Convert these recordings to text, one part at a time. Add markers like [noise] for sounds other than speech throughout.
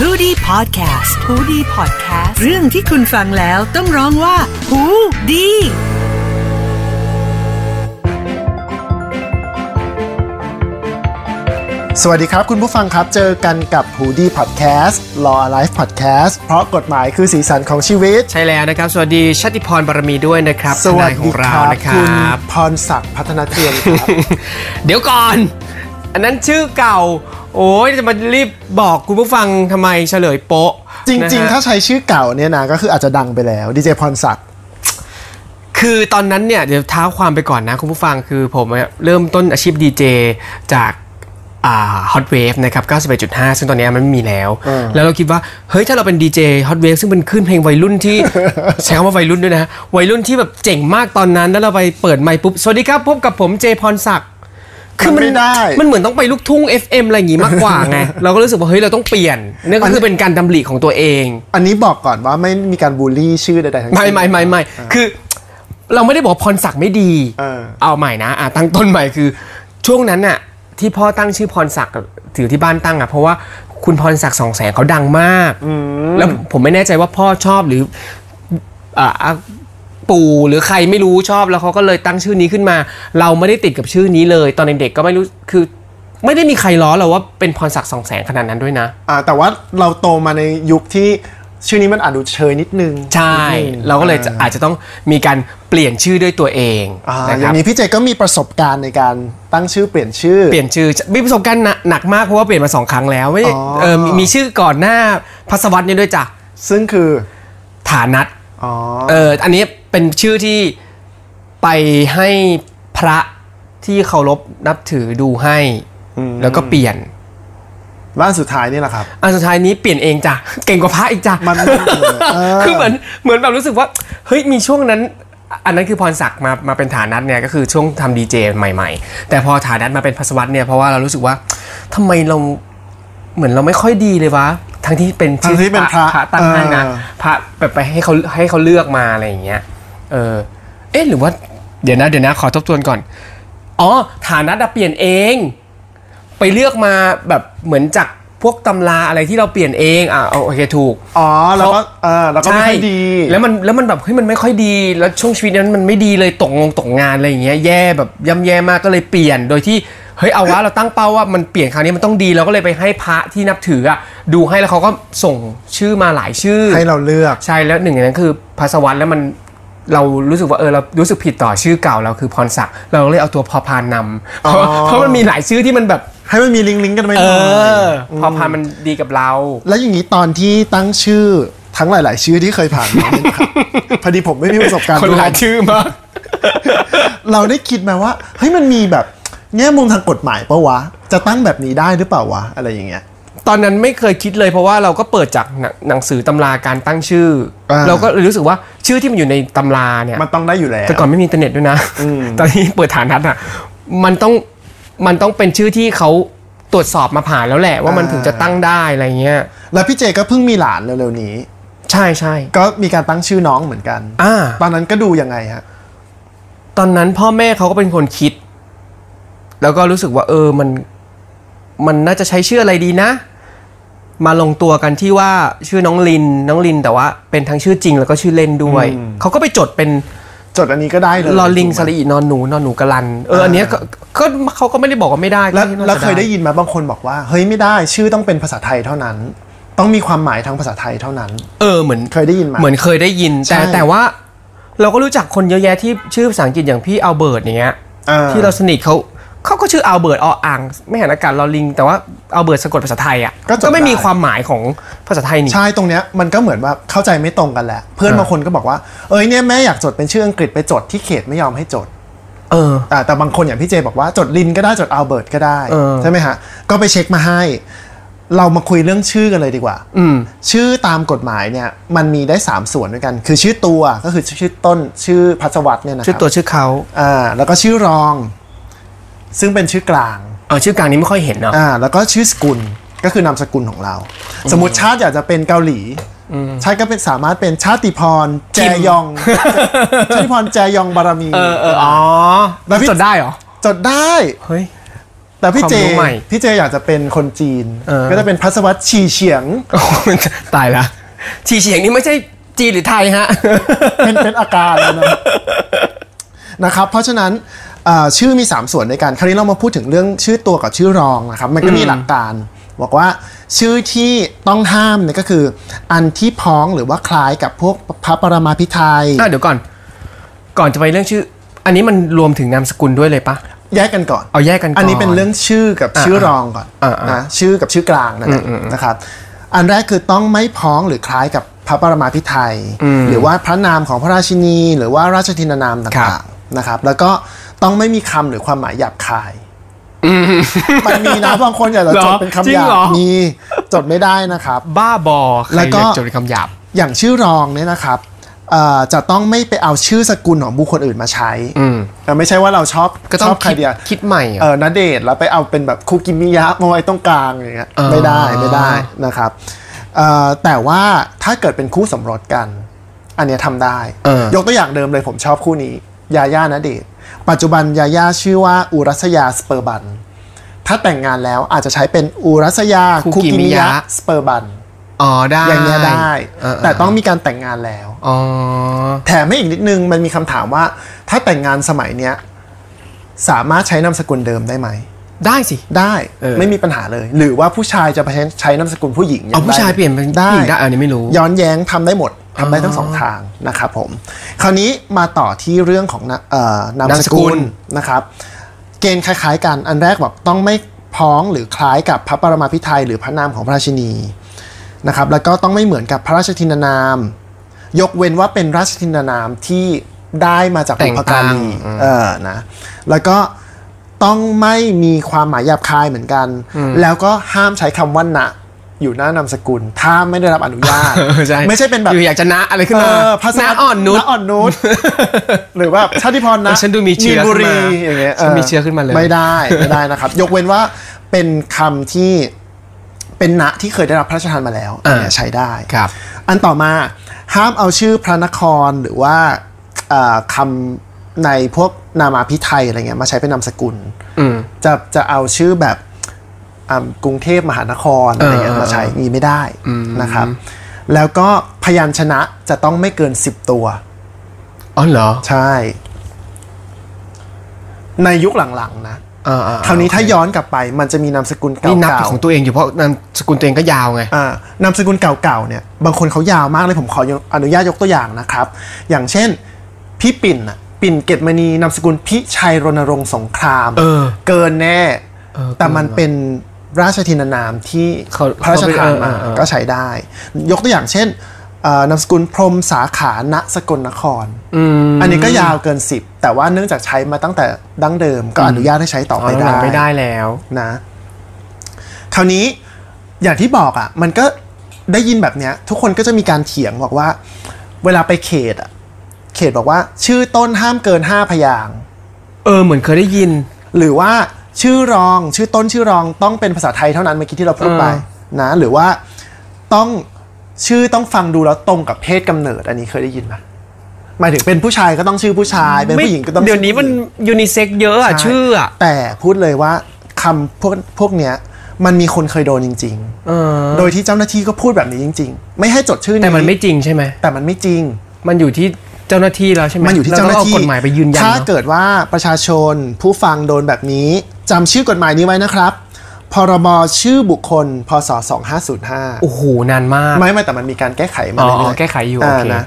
h o ดี้พอดแคสต์ฮูดี้พอดแคสต์เรื่องที่คุณฟังแล้วต้องร้องว่าหูดี สวัสดีครับ คุณผู้ฟังครับ เจอกันกับ h o ดี้พอดแคสต์ Law Alive Podcast เพราะกฎหมายคือสีสันของชีวิต ใช่แล้วนะครับ สวัสดีชาติพรบารมีด้วยนะครับ สวัส ทนายขอ ดี งเรา ครับ นะค คุณ รับ พรศักดิ์พัฒนาเทียน [laughs] ครับ เดี๋ยวก่อน อันนั้นชื่อเก่า โอ้ยจะมารีบบอกคุณผู้ฟังทำไมเฉลยโป๊ะ จริง นะ ๆ ฮะ ถ้าใช้ชื่อเก่าเนี่ยนะก็คืออาจจะดังไปแล้วดีเจพรศักดิ์ คือตอนนั้นเนี่ยเดี๋ยวเท้าความไปก่อนนะคุณผู้ฟังคือผมเนี่ยเริ่มต้นอาชีพดีเจจากอ่าฮอตเวฟนะครับ 91.5 ซึ่งตอนนี้มันไม่มีแล้ว เออ แล้วเราคิดว่า เฮ้ย ถ้าเราเป็นดีเจฮอตเวฟซึ่งเป็นขึ้นเพลงวัยรุ่น [laughs] ที่ ใช้คำว่าวัยรุ่นด้วยนะ วัยรุ่นที่แบบเจ๋งมากตอนนั้น แล้วเราไปเปิดไมค์ปุ๊บ สวัสดีครับ พบกับผมเจพรศักดิ์ มันไม่ได้ มันเหมือนต้องไปลูกทุ่ง FM อะไรอย่างงี้มากกว่า [laughs] ไง เราก็รู้สึกว่า เฮ้ย เราต้องเปลี่ยนนั่นก็คือเป็นการดำริของตัวเอง อันนี้บอกก่อนว่าไม่มีการบูลลี่ชื่อใดๆทั้งสิ้น ไม่ไม่ไม่ไม่คือ เราไม่ได้บอกว่าพรศักดิ์ไม่ดี เออ เอาใหม่นะอ่ะตั้งต้นใหม่คือ ช่วงนั้นน่ะที่พ่อตั้งชื่อพรศักดิ์ถือที่บ้านตั้งอ่ะเพราะว่าคุณพรศักดิ์สองแสงเขาดังมาก แล้วผมไม่แน่ใจว่าพ่อชอบหรืออ่าปู่หรือใครไม่รู้ชอบแล้วเขาก็เลยตั้งชื่อนี้ขึ้นมา เราไม่ได้ติดกับชื่อนี้เลย ตอนเด็กๆก็ไม่รู้คือ ไม่ได้มีใครล้อเราว่าเป็นพรศักดิ์สองแสงขนาดนั้นด้วยนะ อ่าแต่ว่าเราโตมาในยุคที่ชื่อนี้มันอาจดูเชยนิดนึง ใช่ นิดนึง เราก็เลยจะอาจจะต้องมีการเปลี่ยนชื่อด้วยตัวเอง อ่า นะ อ ค ย่า รับ งนี้พี่เจก็มีประสบการณ์ในการตั้งชื่อเปลี่ยนชื่อ เปลี่ยนชื่อมีประสบการณ์หนักหนักมากเพราะว่าเปลี่ยนมาสองครั้งแล้วไม่ อ๋อ เออมีมีชื่อก่อนหน้าพัสวัตเนี่ยด้วยจ้ะ ซึ่งคือ ฐานัท อ๋อ เอออันนี้เป็นชื่อที่ไปให้พระที่เคารพนับถือดูให้ อืม แล้วก็เปลี่ยน ร้านสุดท้ายนี่แหละครับ อันสุดท้ายนี้เปลี่ยนเองจ้ะเก่งกว่าพระอีกจ้ะ มันมันเออเออ คือเหมือนเหมือนแบบรู้สึกว่าเฮ้ยมีช่วงนั้น อันนั้นคือพรศักดิ์มามาเป็นฐานัทเนี่ยก็คือช่วงทำดีเจใหม่ ๆ แต่พอฐานัทมาเป็นพัสวัตเนี่ยเพราะว่าเรารู้สึกว่าทำไมเราเหมือนเราไม่ค่อยดีเลยวะทั้งที่เป็นชื่อ ทั้งที่เป็นพระ พระตั้งให้นะ เออ พระแบบไปให้เขาให้เขาเลือกมาอะไรอย่างเงี้ยเออเอ๊ะหรือว่าเดี๋ยวนะเดี๋ยวนะขอทบทวนก่อนอ๋อฐานัทอะเปลี่ยนเอง ไปเลือกมาแบบเหมือนจากพวกตำราอะไรที่เราเปลี่ยนเองอ่ะเอาโอเคถูก อ๋อแล้วก็เออแล้วก็ไม่ค่อยดี แล้วมันแล้วมันแบบเฮ้ยมันไม่ค่อยดีแล้วช่วงชีวิตนั้นมันไม่ดีเลยตกงงตกงานอะไรอย่างเงี้ยแย่แบบย่ำแย่มากก็เลยเปลี่ยนโดยที่เฮ้ยเอาวะเราตั้งเป้าว่ามันเปลี่ยนคราวนี้มันต้องดีเราก็เลยไปให้พระที่นับถืออะดูให้แล้วเขาก็ส่งชื่อมาหลายชื่อ ให้เราเลือก ใช่แล้วหนึ่งในนั้นคือพัสวัตรแล้วมันเรารู้สึกว่าเออเรารู้สึกผิดต่อชื่อเก่าเราคือพรศักดิ์เราเลยเอาตัวพอพานนำเพราะเพราะมันมีหลายชื่อที่มันแบบ ให้มันมีลิงก์ลิงก์กันไปห เอ น่อย อพอพานมันดีกับเรา แล้วอย่างนี้ตอนที่ตั้งชื่อทั้งหลาย ๆ ชื่อที่เคยผ่าน [laughs] มาเนี่ยนะครับ พอดีผมไม่มีประสบการณ์ คน ร่ว หลาม ยชื่อมาก เราได้คิดไหมว่าเฮ้ยมันมีแบบแง่มุมทางกฎหมายปะวะ จะตั้งแบบนี้ได้หรือเปล่าวะอะไรอย่างเงี้ย ตอนนั้นไม่เคยคิดเลยเพราะว่าเราก็เปิดจากหนังหนังสือตำราการตั้งชื่อ อ่า เราก็เลยรู้สึกว่าชื่อที่มันอยู่ในตำราเนี่ย มันต้องได้อยู่แล้ว แต่ก่อนไม่มีอินเทอร์เน็ตด้วยนะ ตอนนี้เปิดฐานัดอ่ะ มันต้องมันต้องเป็นชื่อที่เขาตรวจสอบมาผ่านแล้วแหละ ว่ามัน อ่า ถึงจะตั้งได้อะไรเงี้ย แล้วพี่เจก็เพิ่งมีหลานเร็ว ๆ นี้ ใช่ใช่ ก็มีการตั้งชื่อน้องเหมือนกัน อ่า ตอนนั้นก็ดูยังไงฮะ ตอนนั้นพ่อแม่เขาก็เป็นคนคิด แล้วก็รู้สึกว่า เออมันมันน่าจะใช้ชื่ออะไรดีนะ มาลงตัวกันที่ว่าชื่อน้องลินน้องลินแต่ว่าเป็นทั้งชื่อจริงแล้วก็ชื่อเล่นด้วย อืม เขาก็ไปจดเป็น จดอันนี้ก็ได้เลย ลอลิงสระอีนอนหนูนอนหนูกะลัน เอออันเนี้ยก็ก็เขาก็ไม่ได้บอกว่าไม่ได้ แล้ว ก็น่าจะ แล้วเคยได้ยินมาบางคนบอกว่า เฮ้ยไม่ได้ชื่อต้องเป็นภาษาไทยเท่านั้น ต้องมีความหมายทางภาษาไทยเท่านั้น เออเหมือน เคยได้ยินมา เหมือนเคยได้ยิน แต่ ใช่ แต่ว่าเราก็รู้จักคนเยอะแยะที่ชื่อภาษาอังกฤษอย่างพี่อัลเบิร์ตอย่างเงี้ย อ่ ที่เราสนิทเขาเขาก็ชื่ออัลเบิร์ตออ่าง ไม่หันอากาศลอลิง แต่ว่าอัลเบิร์ตสะกดภาษาไทยอ่ะ ก็จดได้ ก็ไม่มีความหมายของภาษาไทยนี่ ใช่ตรงเนี้ยมันก็เหมือนว่าเข้าใจไม่ตรงกันแหละ เพื่อน อ่า บางคนก็บอกว่า เอ้ยเนี่ยแม่อยากจดเป็นชื่ออังกฤษไปจดที่เขตไม่ยอมให้จด เออ อ่าแต่บางคนอย่างพี่เจบอกว่าจดลินก็ได้จดอัลเบิร์ตก็ได้ เออ ใช่ไหมฮะ ก็ไปเช็คมาให้ เรามาคุยเรื่องชื่อกันเลยดีกว่า อืม ชื่อตามกฎหมายเนี่ยมันมีได้ 3 ส่วนด้วยกัน คือชื่อตัวก็คือชื่อต้นชื่อพัสวัตเนี่ยนะครับ ชื่อตัวชื่อเขา อ่าแล้วก็ชื่อรอง ซึ่งเป็นชื่อกลาง เออชื่อกลางนี้ไม่ค่อยเห็นเนาะ อ่าแล้วก็ชื่อสกุลก็คือนามสกุลของเรา สมมติชาติอยากจะเป็นเกาหลีชาติก็เป็นสามารถเป็นชาติพร แจยอง ชาติพรแจยองบารมี เออเอออ๋อ แล้วพี่ จดได้เหรอ จดได้ เฮ้ย [laughs] แต่พี่เจ ความรู้ใหม่ พี่เจอยากจะเป็นคนจีน เออ ก็จะเป็นพัศวัตชีเฉียง โอ้ยตายละฉีเฉียงนี่ไม่ใช่จีนหรือไทยฮะ เป็นเป็นอาการแล้วนะ นะครับ เพราะฉะนั้นเอ่อชื่อมี 3 ส่วนในการคราวนี้เรามาพูดถึงเรื่องชื่อตัวกับชื่อรองนะครับ มันก็มีหลักการ บอกว่าชื่อที่ต้องห้ามเนี่ยก็คือ อันที่พ้องหรือว่าคล้ายกับพวกพระปรมาพิไทย อ่ะเดี๋ยวก่อน ก่อนจะไปเรื่องชื่อ อันนี้มันรวมถึงนามสกุลด้วยเลยปะ แยกกันก่อน เอาแยกกันก่อน อันนี้เป็นเรื่องชื่อกับชื่อรองก่อน อ่าอ่าน นะชื่อกับชื่อกลางนนแหละนะครับ อันแรกคือต้องไม่พ้องหรือคล้ายกับพระปรมาพิไทยหรือว่าพระนามของพระราชินี หรือว่าราชทินานามต่างๆนะครับ แล้วก็ต้องไม่มีคำหรือความหมายหยาบคายมันมีนะบางคนอยากจะ เหรอ จดเป็นคำ จริ ห ง ยา เหรอ บมีจดไม่ได้นะครับ บ้าบอใคร แล้วก็ อยาจดเป็นคำหยาบ อย่างชื่อรองเนี่ยนะครับเอ่อจะต้องไม่ไปเอาชื่อสกุลของบุคคลอื่นมาใช้ อืม แต่ไม่ใช่ว่าเราชอบ ก็ต้อ ช ง อบใคร คิด เดียว คิดใหม่อะ เออนาเดทแล้วไปเอาเป็นแบบคุกิมิยะมาไว้ตรงกลางอย่างเงี้ย อ่า ไม่ได้ไม่ได้นะครับเอ่อแต่ว่าถ้าเกิดเป็นคู่สมรสกัน อันเนี้ยทำได้ ยกตัวอย่างเดิมเลยผมชอบคู่นี้ ยาย่านาเดทปัจจุบันยาย่าชื่อว่าอุรัสยาสเปอร์บัน ถ้าแต่งงานแล้วอาจจะใช้เป็นอุรัสยาคุกิมิยะสเปอร์บัน อ๋อได้ อย่างเงี้ยได้ เเ แต่ต้องมีการแต่งงานแล้ว อ๋อ แถมให้อีกนิดนึงมันมีคำถามว่า ถ้าแต่งงานสมัยเนี้ยสามารถใช้นามสกุลเดิมได้ไหม ได้สิ ได้ เออ ไม่มีปัญหาเลย หรือว่าผู้ชายจะไปใช้ใช้นามสกุลผู้หญิงง เอาผู้ ได้ ชายเปลี่ยนเป็นผู้หญิงได้อันนี้ไม่รู้ ย้อนแย้งทำได้หมดทำได้ทั้งสองทางนะครับผมคราวนี้มาต่อที่เรื่องของนะเอ่อนาม นาม ส สกุ กุล ล นะครับ เกณฑ์คล้าย ๆ กันอันแรกแบบต้องไม่พ้องหรือคล้ายกับพระปรมาพิไทยหรือพระนามของพระราชินีนะครับ แล้วก็ต้องไม่เหมือนกับพระราชทินานาม ยกเว้นว่าเป็นราชทินานามที่ได้มาจาก แต่ บุ ง พกา ตั้ง รีเออนะแล้วก็ต้องไม่มีความหมายหยาบคายเหมือนกัน แล้วก็ห้ามใช้คำว่านะอยู่หน้านามสกุล ถ้าไม่ได้รับอนุญาต ใช่ ไม่ใช่เป็นแบบ อยู่อยากจะนะอะไรขึ้นมา เออภาษา นะอ่อนนุช ะอ่อนนุช หรือว่าชาติพรนะ ฉันดูมีเชื้อ มีนบุรี ขึ้นมา อย่างเงี้ย ฉันมีเชื้อขึ้นมาเลย ไม่ได้ไม่ได้นะครับ ยกเว้นว่าเป็นคำที่เป็นนะที่เคยได้รับพระราชทานมาแล้วอันเนี้ยใช้ได้ ครับ อันต่อมาห้ามเอาชื่อพระนครหรือว่าเอ่อคำในพวกนามาพิไทยอะไรเงี้ยมาใช้เป็นนามสกุล อืม จะจะเอาชื่อแบบอ่ากรุงเทพมหานครอะไรเงี้ย เออ มาใช้มีไม่ได้นะครับ แล้วก็พยัญชนะจะต้องไม่เกิน 10 ตัว อ๋อเหรอ ใช่ ในยุคหลังๆนะ อ่าๆ คราวนี้ถ้าย้อนกลับไปมันจะมีนามสกุลเก่า นี่ ๆ นับของตัวเองอยู่เพราะนามสกุลตัวเองก็ยาวไง อ่านามสกุลเก่าๆเนี่ยบางคนเขายาวมากเลยผมขอยกอนุญาตยกตัวอย่างนะครับ อย่างเช่น พี่ปิ่นน่ะปิ่นเกตมณีนามสกุลพิชัยรณรงค์สงคราม เออ อนแน่ เออ แต่มันเป็นราชทินานามที่ เขา พระราชทาน เขาไปเออ มา เออเออ ก็ใช้ได้ ยกตัวอย่างเช่นเอ่อนามสกุลพรหมสาขาณสกลนคร อืม อันนี้ก็ยาวเกิน 10 แต่ว่าเนื่องจากใช้มาตั้งแต่ดั้งเดิมก็อนุญาตให้ใช้ต่อ อ๋อ ไป หลัง ได้ ๆไม่ได้แล้ว นะคราวนี้อย่างที่บอกอะ่ะ มันก็ได้ยินแบบเนี้ย ทุกคนก็จะมีการเถียงบอกว่า เวลาไปเขตอะ่ะ เขตบอกว่า ชื่อต้นห้ามเกินห้าพยางค์ เออเหมือนเคยได้ยิน หรือว่าชื่อรองชื่อต้นชื่อรองต้องเป็นภาษาไทยเท่านั้นเมื่อกี้ที่เราพูดไป เออ นะ หรือว่าต้องชื่อต้องฟังดูแล้วตรงกับเพศกำเนิด อันนี้เคยได้ยินไหมหมายถึงเป็นผู้ชายก็ต้องชื่อผู้ชายเป็นผู้หญิงก็ต้อง เดี๋ยวนี้ ชื่อผู้ มัน หญิง ยูนิเซ็กเยอะอะ ใช่ ชื่ออะ แต่พูดเลยว่าคำพวกพวกเนี้ยมันมีคนเคยโดนจริง เออ ๆ โดยที่เจ้าหน้าที่ก็พูดแบบนี้จริง ๆ ไม่ให้จดชื่อ แต่มันไม่จริงใช่ไหม แต่มันไม่จริง มันอยู่ที่เจ้าหน้าที่แล้วใช่ไหม มันอยู่ที่เจ้าหน้าที่ รต้องอกฎหมายไปยืนยัน ถ้า เนอะ เกิดว่าประชาชนผู้ฟังโดนแบบนี้จำชื่อกฎหมายนี้ไว้นะครับ พรบชื่อบุคคล พศ 2505 โอ้โห นานมาก ไม่ไม่แต่มันมีการแก้ไขมา อ๋อ เรื่อยๆ แก้ไขอยู่ า โอเค นะ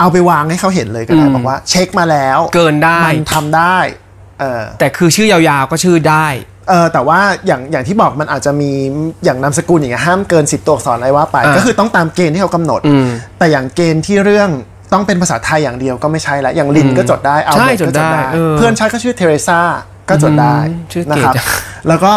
เอาไปวางให้เขาเห็นเลยก็ได้บอกว่า เช็คมาแล้ว เกินได้ มันทำได้เออ แต่คือชื่อยาวๆก็ชื่อได้ เออแต่ว่าอย่างอย่างที่บอกมันอาจจะมีอย่างนามสกุลอย่างเงี้ยห้ามเกิน 10 ตัวอักษรอะไรว่าไป อ่า ก็คือต้องตามเกณฑ์ที่เขากำหนด แต่อย่างเกณฑ์ที่เรื่องต้องเป็นภาษาไทยอย่างเดียวก็ไม่ใช่ละอย่างลินก็จดได้เอา ใช่ เน็ตก็จดจดได้ ได้ เออ เพื่อนชาติก็ชื่อเทเรซาก็จดได้ อืมชื่อเก๋ นะครับ จัง แล้วก็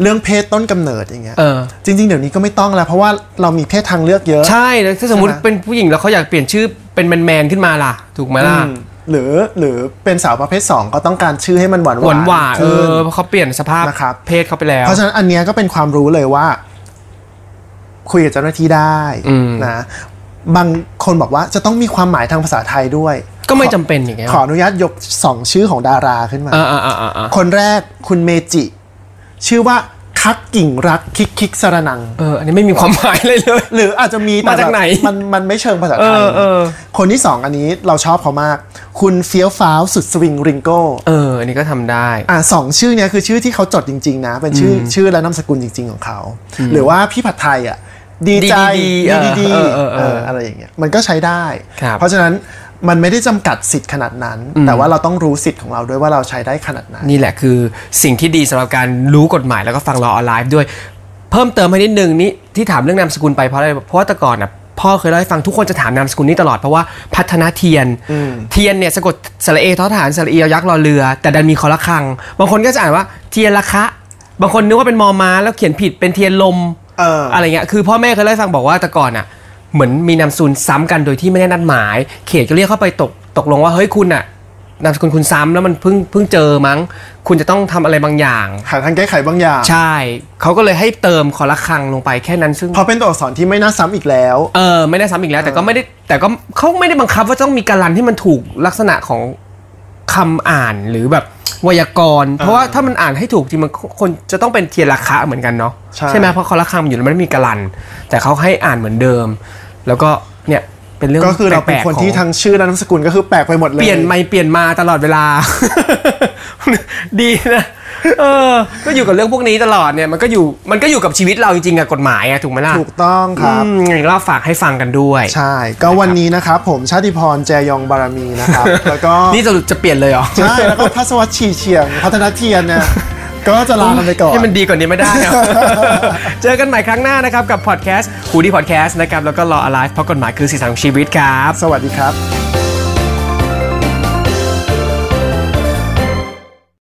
เรื่องเพศต้นกำเนิดอย่างเงี้ย เออ จริง ๆ เดี๋ยวนี้ก็ไม่ต้องแล้วเพราะว่าเรามีเพศทางเลือกเยอะ ใช่แล้วถ้าสมมติ ใช่ไหม เป็นผู้หญิงแล้วเขาอยากเปลี่ยนชื่อเป็นแมนๆขึ้นมาล่ะ ถูกไหมล่ะ อืมหรือหรือเป็นสาวประเภทสองก็ต้องการชื่อให้มันหวาน หวาน ๆ หวานๆเอ ขึ้น อเพราะเขาเปลี่ยนสภาพ นะครับ เพศเขาไปแล้ว เพราะฉะนั้นอันเนี้ยก็เป็นความรู้เลยว่า คุยกับเจ้าหน้าที่ได้ อืม นะ บางคนบอกว่าจะต้องมีความหมายทางภาษาไทยด้วย ก็ไม่จำเป็นอย่างเงี้ย ขออนุญาตยกสองชื่อของดาราขึ้นมา อ่าอ่าอ่าอ่า คนแรกคุณเมจิ ชื่อว่าคักกิ่งรักคิกคิกสระนัง เอออันนี้ไม่มีความหมายเลยเลย หรืออาจจะมีแต่ มาจากไหน แบบมันมันไม่เชิงภาษาไทย เออเออ คนที่สองอันนี้เราชอบเขามาก คุณเฟี้ยวฟ้าวสุดสวิงริงโก้ เออ อันนี้ก็ทำได้ อ่ะสองชื่อเนี้ยคือชื่อที่เขาจดจริง ๆ นะ เป็นชื่อชื่อและนามสกุลจริง ๆ ของเขา หรือว่าพี่ผัดไทยอ่ะดีใจ ดีๆเออ ดี เออ ๆ เออเออ เอออะไรอย่างเงี้ยมันก็ใช้ได้ ครับ เพราะฉะนั้นมันไม่ได้จำกัดสิทธิ์ขนาดนั้น แต่ว่าเราต้องรู้สิทธิ์ของเราด้วยว่าเราใช้ได้ขนาดไหน นี่แหละคือสิ่งที่ดีสำหรับการรู้กฎหมายแล้วก็ฟังรอออนไลน์ด้วย เพิ่มเติมให้นิดนึงนี่ที่ถามเรื่องนามสกุลไปเพราะอะไรเพราะว่าแต่ก่อนอ่ะพ่อเคยเล่าให้ฟังทุกคนจะถามนามสกุลนี้ตลอดเพราะว่าพัฒนาเทียน เทียนเนี่ยสะกดสระเอทอฐานสระเอียยักษ์รอเรือ แต่ดันมีคอละครัง บางคนก็จะอ่านว่าเทียนละคะ บางคนนึกว่าเป็นมอม้าแล้วเขียนผิดเป็นเทียนลม เอออ ไรเงี้ยคือพ่อแม่เคยเล่าให้ฟังบอกว่าแต่ก่อนอ่ะเหมือนมีนามสกุลซ้ำกันโดยที่ไม่ได้นัดหมาย เขตก็เรียกเข้าไปตกตกลงว่าเฮ้ยคุณอ่ะ นามสกุลคุณซ้ำแล้วมันเพิ่งเพิ่งเจอมั้ง คุณจะต้องทำอะไรบางอย่าง หาทางแก้ไขบางอย่าง ใช่ เขาก็เลยให้เติมคอละครังลงไปแค่นั้นซึ่ง เพราะเป็นตัวอักษรที่ไม่น่าซ้ำอีกแล้ว เออไม่ได้ซ้ำอีกแล้ว แต่ก็ไม่ได้แต่ก็เขาไม่ได้บังคับว่าต้องมีการันที่มันถูกลักษณะของคำอ่านหรือแบบไวยากรณ์เพราะว่าถ้ามันอ่านให้ถูกจริงมันคนจะต้องเป็นเทียนราคะเหมือนกันเนาะ ใช่ ไหมเพราะคอละครังมันอยู่แล้วมันไม่มีการัน แต่เขาให้อ่านเหมือนเดิม แล้วก็เนี่ยเป็นเรื่อง ก็คือเราเป็น แปลกๆ คน ของ ที่ทั้งชื่อและนามสกุลก็คือแปลกไปหมดเลย เปลี่ยนไม่เปลี่ยนมาตลอดเวลา [laughs] ดีนะเออ ก็อยู่กับเรื่องพวกนี้ตลอดเนี่ยมันก็อยู่มันก็อยู่กับชีวิตเราจริงๆอะกฎหมายอะถูกไหมล่ะ ถูกต้องครับ อืมไงเราฝากให้ฟังกันด้วย ใช่ ก็วันนี้นะครับ ผมชาติพรแจยองบารมีนะครับ [laughs] แล้วก็ นี่จะจะเปลี่ยนเลยเหรอ ใช่ [laughs] แล้วก็พัสวัชชีเฉียง พัฒนาเทียนเนี่ย ก็จะลากันไปก่อน ให้มันดีกว่านี้ไม่ได้เหรอ [laughs] เจอกันใหม่ครั้งหน้านะครับ กับพอดแคสต์ฮูดี้พอดแคสต์นะครับ แล้วก็รอ alive เพราะกฎหมายคือสีสันของชีวิตครับ สวัสดีครับ